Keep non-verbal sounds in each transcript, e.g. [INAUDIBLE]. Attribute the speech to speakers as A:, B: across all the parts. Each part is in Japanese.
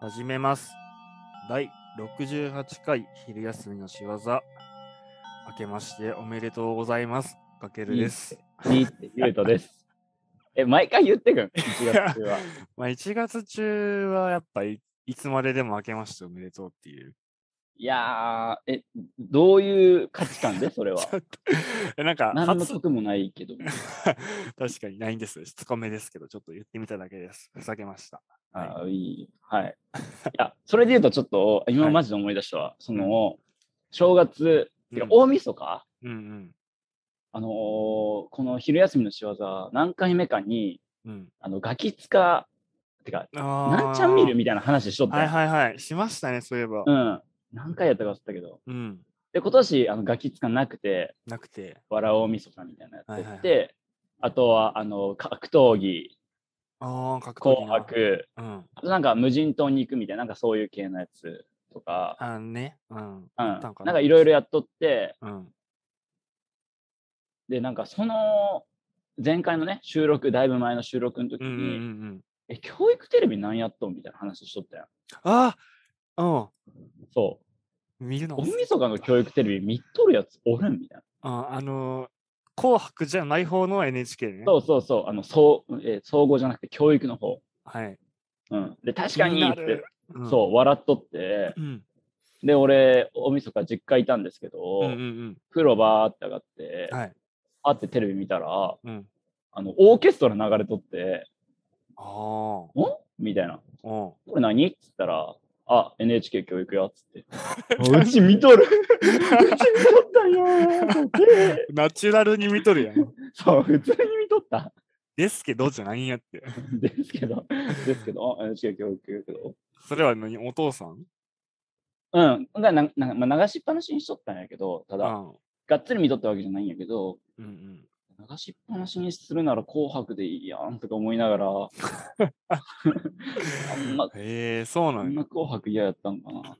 A: 始めます。第68回昼休みの仕業。明けましておめでとうございます。かけるです。
B: いいって、ゆうとです。 [LAUGHS] え、毎回言ってくん、1月中は。
A: [LAUGHS] まあ1月中はやっぱいいつまででも明けましておめでとうっていう。 [LAUGHS]
B: いやー、え、どういう価値観で、
A: [LAUGHS]
B: それは。
A: えなんか
B: 何の
A: 初、
B: 得もないけど。
A: 確かに [LAUGHS] ないんです。しつこめですけど、ちょっと言ってみただけです。ふざけました。
B: あーいい。はい。いや、それで言うと、ちょっと、今
A: はい
B: マジで思い出したわ。その、正月、
A: う
B: てか
A: ん
B: 大晦日、
A: うん
B: あのーこの昼休みの仕業、何回目かに、
A: うん。うん。
B: あの、ガキ使てか、
A: あー
B: なんちゃん見るみたいな話しとった
A: はい
B: やん。
A: はいはい。しましたね、そういえば。
B: うん。何回やったか忘れたけど。
A: うん。
B: で、今年、あの、ガキ使なくて、
A: なくて。
B: わらおみそかみたいなのやってて、
A: は
B: あとはあの格闘技、
A: ああ、格闘技
B: 紅
A: な。
B: 白、
A: うん。
B: あとなんか無人島に行くみたいな、なんかそういう系のやつとか、
A: あね。うん。
B: うん、
A: あ
B: な
A: っ
B: ん
A: たんか
B: か
A: ない
B: ろいろやっとって、
A: うん。
B: で、なんかその前回のね、収録、だいぶ前の収録の時
A: う
B: に、
A: んうんうんうん。
B: え、教育テレビなんやっとんみたいな話しとったやん。
A: ああ
B: そう。
A: うん。見るの
B: 大晦日の教育テレビ見っとるやつおるんみたいな。
A: ああのー、紅白じゃない方の NHK ね。
B: そうそうそう、あの、そうえー総合じゃなくて教育の方。
A: はい。
B: うん。で、確かに
A: 気
B: っ
A: な
B: て
A: る、うん
B: そう、笑っとって、
A: うん。
B: で、俺、大晦日実家いたんですけど、
A: うんうん
B: 風呂バーって上がって、
A: うん。はい。
B: あってテレビ見たら、
A: うん。
B: あの、オーケストラ流れとって、
A: ああ。
B: んみたい
A: うん。
B: な。これ何っつったら、あ、NHK 教育よっつ
A: [LAUGHS]
B: って。あうち見とるうち見とったんやーと思って
A: ナチュラルに見とるや
B: [LAUGHS]
A: ん。
B: そう、普通に見とった。
A: ですけどじゃないんやって。
B: ですけど、ですけど、あ NHK 教育よけど。
A: それは何お父さん
B: うん。がななまあ、流しっぱなしにしとったんやけど、た
A: う
B: だ、
A: ん。
B: がっつり見とったわけじゃないんやけど、
A: うんうん。
B: 流しっぱなしにするなら紅白でいいやんとか思いなが [LAUGHS] ら、あんま
A: へえ、そう
B: あ
A: なんんや。
B: な紅白嫌やったんかな。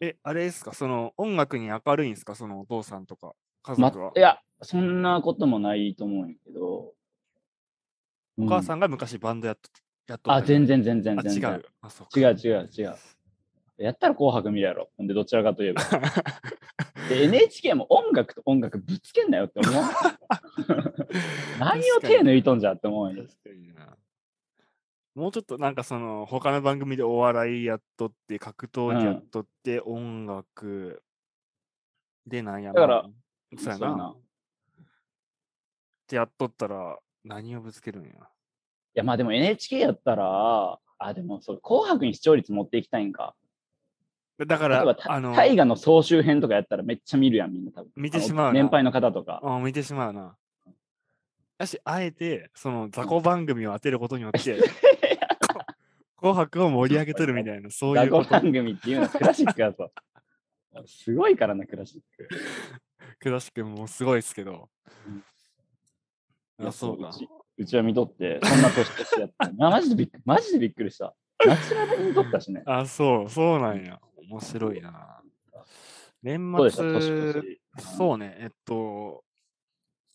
A: え、あれですかその音楽に明るいんですかそのお父さんとか家
B: ま
A: 族は、。
B: いや、そんなこともないと思うんやけど。
A: お母さ
B: ん、
A: んが昔バンドやっとやっとった
B: あ、全
A: 然
B: 然全然
A: あ、
B: 全
A: 違
B: 然
A: う。。あ、そう
B: 違
A: か。
B: う違う [LAUGHS] 違う。やったら紅白見るやろ。ほんで、どちらかとい
A: [LAUGHS]
B: えば。で NHK も音楽と音楽ぶつけんなよって思
A: [LAUGHS]
B: う。何を手抜いとんじゃって思うんよ
A: 確。かになもうちょっとなんかその他の番組でお笑いやっとって格闘技やっとって、音楽でなんや
B: だから
A: まあそうやなっ。てやっとったら何をぶつけるんや
B: いや、まあでも NHK やったら、あ、でもそう、紅白に視聴率持っていきたいんか。
A: だか
B: 例えば
A: ら
B: た、
A: あの
B: 大河の総集編とかやったらめっちゃ見るやん、みんな多分。
A: 見て
B: あの
A: しまうな
B: 年配の方とか。
A: あ見てしまうなだしあえてその雑魚番組を当てることによって
B: [LAUGHS]
A: こ紅白を盛り上げとるみたいなそうい
B: 雑
A: うこ
B: 魚
A: と
B: 番組っていうのはクラシックやぞ。 [LAUGHS] すごいからな、クラシック。
A: 倉敷君もすごいですけど
B: うん、
A: あそう
B: いや
A: か
B: ちうちは見とって、そんな年としてやって。まあマジでびっくり、マジでびっくりした。ナチュラルに見とった
A: [LAUGHS]
B: しね。
A: あ、そう、そうなんや。面白いな。年
B: どうでした年
A: 末、
B: 越し。
A: そうね、えっと、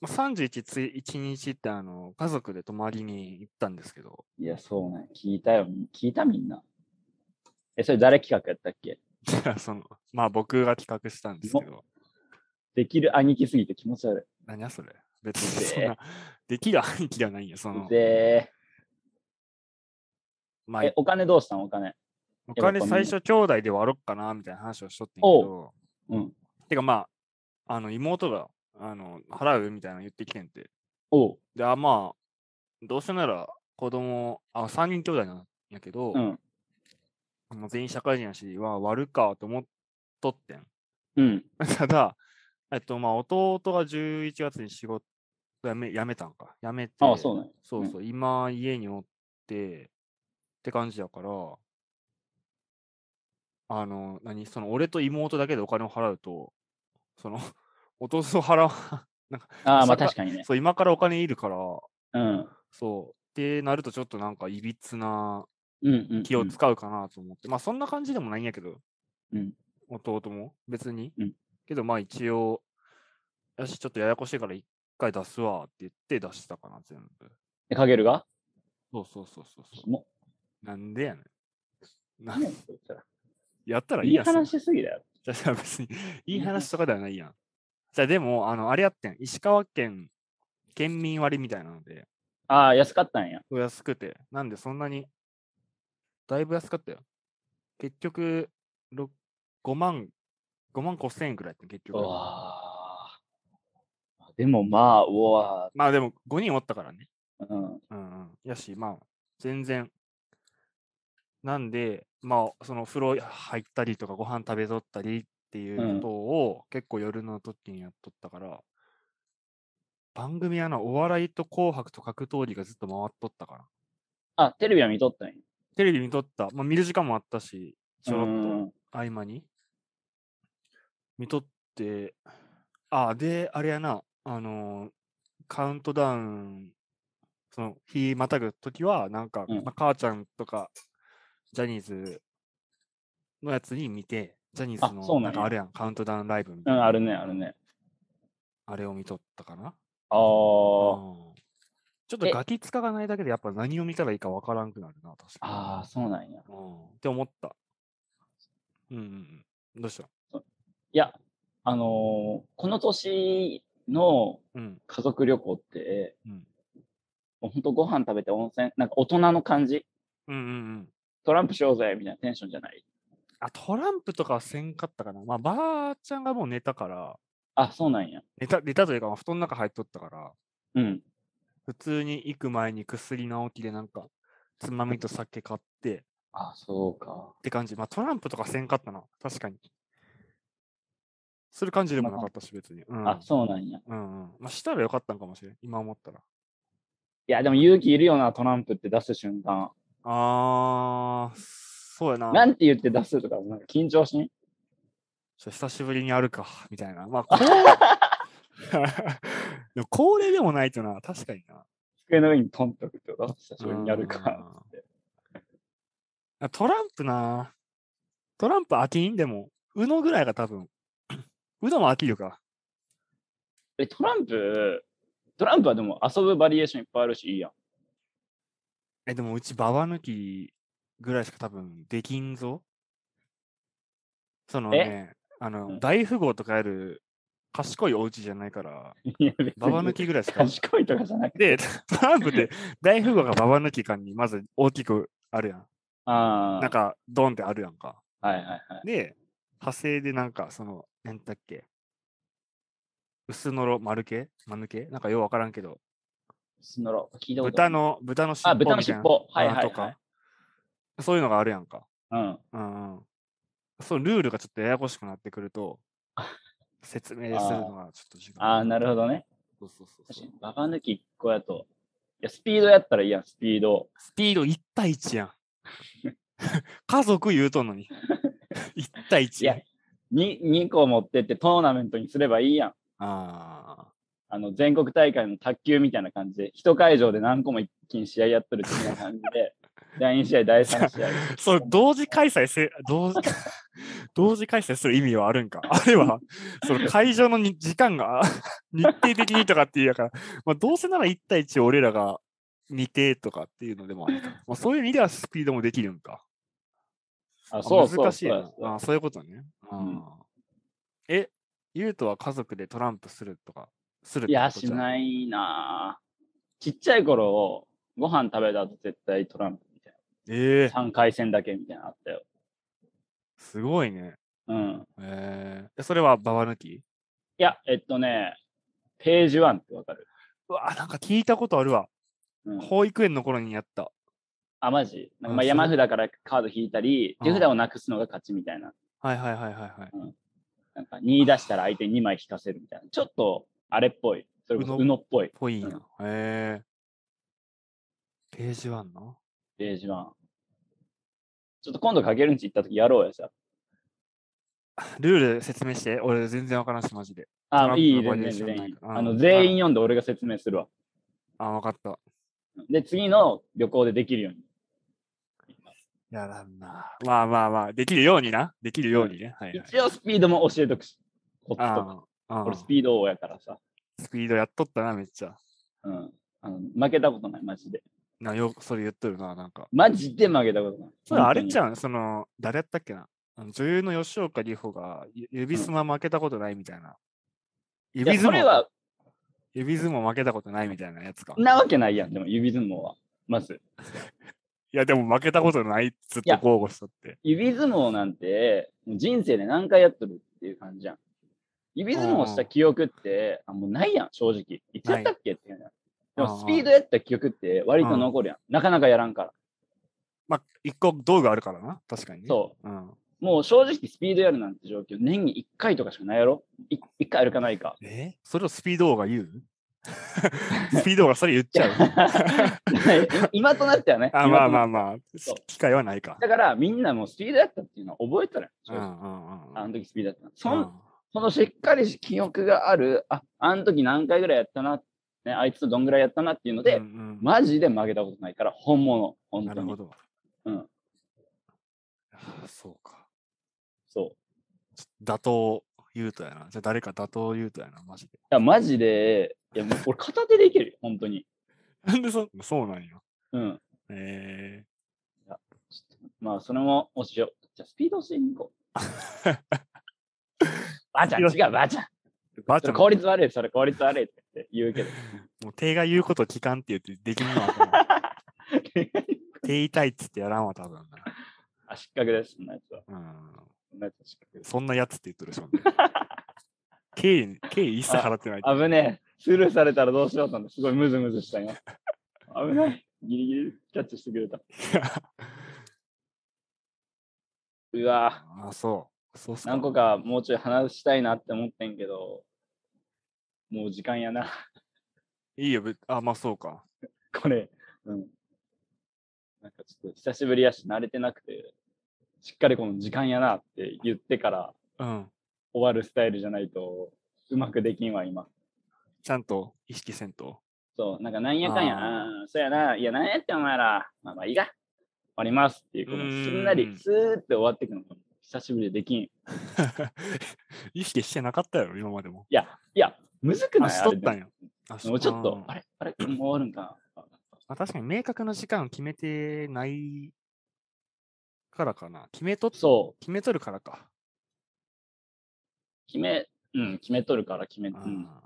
A: まあ31つ1日ってあの家族で泊まりに行ったんですけど、 [LAUGHS]
B: いや、そうね。聞いたよ。聞いたみんな。え、それ誰企画やったっけ
A: そのまあ僕が企画したんですけど、
B: できる兄貴すぎて気持ち悪
A: 何やそれ別に
B: で
A: そんな、できる兄貴ではないんや、その
B: い。、で、
A: まあ
B: え、、お金どうしたんお金。
A: お金最初兄弟で割ろっかな、みたいな話をしとってんけど、
B: うん。
A: てかまあ、あの妹があの払うみたいなの言ってきてんて、
B: おう。
A: で、あ、まあ、どうせなら子供、あ、3人兄弟なんやけど、
B: うん。
A: もう全員社会人やし、は割るかと思っとってん。 [LAUGHS]
B: うん。
A: ただ、えっと、まあ、弟が11月に仕事辞め辞めたんか。辞めて、
B: ああ、そうね。
A: そうそう今家におってって感じやから、あの、何、その俺と妹だけでお金を払うと、その、 [LAUGHS] 弟を払わ、 [LAUGHS]
B: あ
A: ま
B: あ、ま
A: さか
B: あ確かにね。
A: そう、今からお金いるから、
B: うん。
A: そう。ってなるとちょっとなんかいびつな
B: うんうん、うん。
A: 気を使うかなと思って、まあそんな感じでもないんやけど、
B: うん
A: 弟も別に、
B: うん
A: けどまあ一応、よし、ちょっとややこしいから一回出すわって言って出したかな、全部。
B: で、かげるが
A: そうそうそうそうそ
B: も
A: う。なんでやねん。 [LAUGHS] な
B: 何やって言ったら
A: やったらい
B: い
A: い
B: い
A: やん。そんな
B: 話しすぎだよ。
A: [LAUGHS] じゃあじゃあ別に、 [LAUGHS] いい話とかではないやん。じゃあでも、あの、あれやってん。石川県、県民割みたいなので、
B: ああ、安かったんや。
A: 安くて。なんでそんなに、だいぶ安かったよ。結局、ろ5万、5万5千円くらいやってん結
B: う
A: 局。
B: わーでもまあ、うわ
A: まあでも5人おったからね。
B: ーう
A: う
B: ん。
A: んうん。やし、まあ、全然。なんで、まあ、その風呂入ったりとか、ご飯食べとったりってい
B: うん
A: うことを、結構夜の時にやっとったから、番組はな、お笑いと紅白と格闘技がずっと回っとったから。
B: あ、テレビは見とったんや。
A: テレビ見とった、まあ、見る時間もあったし、ちょろ
B: う
A: っ
B: ん
A: と合間に。見とって、あ、で、あれやな、あのーカウントダウン、その、日またぐ時は、なんか、
B: うん
A: まあ、母ちゃんとか、ジャニーズのやつに見て、ジャニーズ
B: あそう
A: の、なんん
B: なや
A: かあれやん、カウントダウンライブみ
B: う
A: たい
B: ん、
A: な、
B: あるね、あるね。
A: あれを見とったかな。
B: あ
A: う
B: ー
A: んちょっと
B: え
A: ガキつかがないだけで、やっぱ何を見たらいいかわからんくなるな、確かに。
B: あー、そうなんや。
A: うんって思った。うんうんうん。どうした
B: いや、あのーこの年の
A: うん。
B: 家族旅行って、
A: うん
B: もうほんとご飯食べて温泉、なんか大人の感じ、
A: うんうんうん。
B: トランプしようぜみたいなテンションじゃない。
A: あ、トランプとかはせんかったかな。まあ、ばあちゃんがもう寝たから、
B: あ、そうなんや。
A: 寝た寝たというか、まあ布団の中入っとったから、
B: うん。
A: 普通に行く前に薬直きでなんか、つまみと酒買って
B: あ、そうか。
A: って感じ。まあ、トランプとかせんかったな。確かに。する感じでもなかったし、別に。うん。
B: あ、そうなんや。い
A: うんうん。まあ、したらよかったんかもしれん。今思ったら。
B: や、でも勇気いるよな、トランプって出す瞬間。
A: あー、そうやな。
B: なんて言って出すとか、なんか緊張しん
A: ちょ久しぶりにやるか、みたいな。まあ、こう
B: [LAUGHS]
A: [LAUGHS] でも恒例でもないとな、確かにな。
B: 机の上にトンと置くってこと久しぶりにやるか。
A: うん [LAUGHS] あトランプな。トランプ飽きんでも、うのぐらいが多分。 [CLEARS THROAT] うのも飽きるか。
B: [LAUGHS] え、トランプ、トランプはでも遊ぶバリエーションいっぱいあるし、いいやん。 [LAUGHS]
A: え、でもうちババ抜きぐらいしか多分できんぞ。その
B: え
A: ね、あ
B: う
A: の、
B: ん
A: 大富豪とかやる賢いお家じゃない
B: [LAUGHS]
A: から、
B: いや別に
A: ババ抜きぐらいしか。
B: 賢いとかじゃなく
A: [LAUGHS] で、
B: て。
A: トランプって大富豪がババ抜き感にまず大きくあるやん。
B: [LAUGHS] ああ。
A: なんかドンってあるやんか。
B: はいはいはい。
A: で、派生でなんかその、なんだっけ。薄のろ丸系丸系なんかようわからんけど、
B: スノロ。聞いたことあ
A: 豚
B: る。
A: の、豚の尻
B: あ、
A: 尾み
B: 豚の
A: たい
B: 尻
A: な
B: 尾。はい
A: あ
B: はい
A: と
B: はい
A: か。、そういうのがあるやんか。
B: うん。
A: うんうん。そのルールがちょっとややこしくなってくる
B: [LAUGHS]
A: と、説明するのがちょっと時間。
B: ああ、なるほどね。
A: そうそうそう
B: 確
A: そ
B: か
A: う
B: に。ババ抜き1個やと。いや、スピードやったらいいやん、スピード。
A: スピード1対1やん。
B: [LAUGHS]
A: 家族言うとんのに。1対1。
B: いや、2, 2個持ってってトーナメントにすればいいやん。
A: あ
B: あの、全国大会の卓球みたいな感じで、一会場で何個も一気に試合やっとる的な感じ
A: [LAUGHS]
B: で、第2試合、第3試合。
A: あ。それ、同時開催せ、
B: [LAUGHS]
A: 同時、同時開催する意味はあるんか。 [LAUGHS] あるいは、その会場のに時間が [LAUGHS] 日程的にとかっていうやから、まあ、どうせなら1対1俺らが見てとかっていうのでもあ
B: [LAUGHS]
A: るか。まあ、そういう意味ではスピードもできるんか。
B: あ、
A: あ
B: そうそう
A: 難しい
B: そう
A: な
B: そう。
A: あ。そういうことね。あ
B: うん
A: ーえ、ゆうとは家族でトランプするとか、するっ
B: い
A: て
B: や、
A: こと
B: し
A: じゃん
B: ないなぁちっちゃい頃、ご飯食べた後絶対トランプみたい
A: ええ
B: な。3回戦だけみたいなのあったよ。
A: すごいね。
B: うん。
A: えー、えそれはババ抜き
B: いや、えっとね、ページワンってわかる、
A: うわ、なんか聞いたことあるわ。
B: うん
A: 保育園の頃にやった。
B: あ、マジなんかまあ
A: うん
B: 山札からカード引いたり、
A: うん
B: 手札をなくすのが勝ちみたいな。
A: はいはいはいはいはい。
B: なんか2出したら相手2枚引かせるみたいな。ちょっとあれっぽい。それこそ、
A: うの
B: うのっぽい。
A: ぽいな。
B: うん
A: えー、ページワンの
B: ページワン。ちょっと今度かけるんち行った時やろうよ、じゃ
A: [LAUGHS] ルール説明して。俺全然わからんし、マジで。
B: あ。
A: トラン
B: あ、
A: プ
B: いい、
A: のバ
B: 全
A: リエー
B: 然
A: ション
B: 全
A: な
B: 然
A: い
B: いい
A: か。ら
B: あの、
A: うん
B: 全員読んで俺が説明するわ。
A: あ、わかった。
B: で、次の旅行でできるように。
A: やらんな。まあまあまあ、できるようにな。できるようにね。はいはい。
B: 一応スピードも教えとくし。コツとか。
A: ああ
B: 俺スピード王やからさ。
A: スピードやっとったな、めっちゃ。
B: うん。あの負けたことない、マジで。
A: なよ、それ言っとるな、なんか。
B: マジで曲げたことない。
A: それあれ
B: 本当に
A: じゃん、その、誰やったっけな。あの女優の吉岡里帆がゆ指相撲負けたことないみたいな。
B: い
A: 指
B: や、そ
A: 相
B: れ
A: 撲
B: は、
A: 指相撲負けたことないみたいなやつか。い
B: なわけないやん、でも指相撲は。まず、
A: や、でも負けたことないっつっ
B: いや
A: て豪語しとって。
B: 指相撲なんて、もう人生で何回やっとるっていう感じじゃん。指相撲した記憶って、あもうないやん、正直。いつやったっけっていうの。で
A: あ
B: も
A: ー
B: スピードやった記憶って割と残るやん。なかなかやらんから。
A: まあ、一個道具あるからな、確かにね。。
B: そう
A: うん、
B: う。もう正直スピードやるなんて状況、年に1回とかしかないやろ ?1 回あるかないか。
A: えそれをスピード王が言
B: [LAUGHS]
A: うスピード王がそれ言っちゃう。
B: 今となってはね。
A: あ、ま
B: 今とな
A: あ
B: って
A: まあまあ
B: そう、
A: 機会はないか。
B: だからみんなもうスピードやったっていうのは覚えとる
A: うん
B: やん
A: う
B: 正
A: ん
B: 直
A: うんうん。
B: あの時スピードやったのそ
A: うん
B: んそのしっかり記憶がある、あ、あの時何回ぐらいやったな、ね、あいつとどんぐらいやったなっていうので、
A: うんうん
B: マジで負けたことないから、本物、本
A: な
B: 当
A: るほ
B: に。
A: ど。
B: うん。
A: あそうか。
B: そう。い
A: ちょっと打倒優斗やな。じゃあ誰か打倒優斗やな、マジで。
B: や、マジで、いや、もう俺片手でいけるよ、本当に。
A: なんでそそうなんよ。
B: うん。
A: え
B: ちょっとまあ、それも、おしよう。じゃあ、スピードし
A: [LAUGHS]
B: に行こう。ばあちゃん、
A: スピー
B: 違う、ばあちゃん。
A: ー、ばあ
B: そ
A: ちゃ
B: れ
A: ん
B: 効
A: も
B: 率悪い、それ効率悪いって言うけど。
A: う手が言うこと聞かんって言ってできんのはあ
B: [LAUGHS]
A: かん手痛いっつってやらんわ、多分な。
B: あ、失格です、そんなやつは。
A: うん。
B: そんなやつは失格です。
A: そんなやつって言ってるでしょ。そ
B: [LAUGHS]
A: んな経費、経費一切払ってない。
B: 危ねえ。スルーされたらどうしようと思って、すごいムズムズしたよ。危ない。ギリギリキャッチしてくれた。 [LAUGHS] うわ
A: あ、そう。そうっすか
B: 何個かもうちょい話したいなって思ってんけど、もう時間やな。
A: いいよ、ぶあ、まあそうか。
B: これ、うん。なんかちょっと久しぶりやし、慣れてなくて、しっかりこの時間やなって言ってから
A: うん。
B: 終わるスタイルじゃないと、うまくできんわ、今。
A: ちゃんと意識せんと。 [LAUGHS]
B: そう、なんかなんやかんや、
A: あー
B: あーそうやな、いや、なんやってお前ら、まあまあいいが、終わりますっていう、この
A: うーん
B: すんなり、スーって終わっていくのが久しぶりでできん。い
A: 意識してなかったやろ、今までも。
B: や、いや、むずくな
A: あ、
B: い
A: し
B: あ
A: と
B: れ
A: っ
B: で
A: た
B: も
A: んや。あし
B: もうちょっと、
A: あ
B: あれ、あれ、もう終わるんかな。
A: まあ、確かに明確な時間を決めてないからかな。決めと、決
B: そう、
A: めとるからか。
B: 決め、うん、決めとるから決め、うん。
A: あ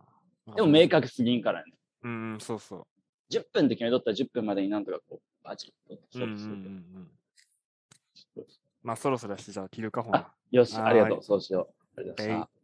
A: ー
B: でも明。確すぎんからね。
A: うん、うんそうそう。
B: 10分って決めとったら10分までになんとかこう、バチッと
A: う
B: そ
A: ん
B: う
A: うん
B: と
A: うん
B: す
A: う
B: る
A: ん。
B: けど
A: まあそろそろやし、じゃあ切るか、ほな。
B: よし、ありがとう、そうしよう。ありがとうございました
A: はい。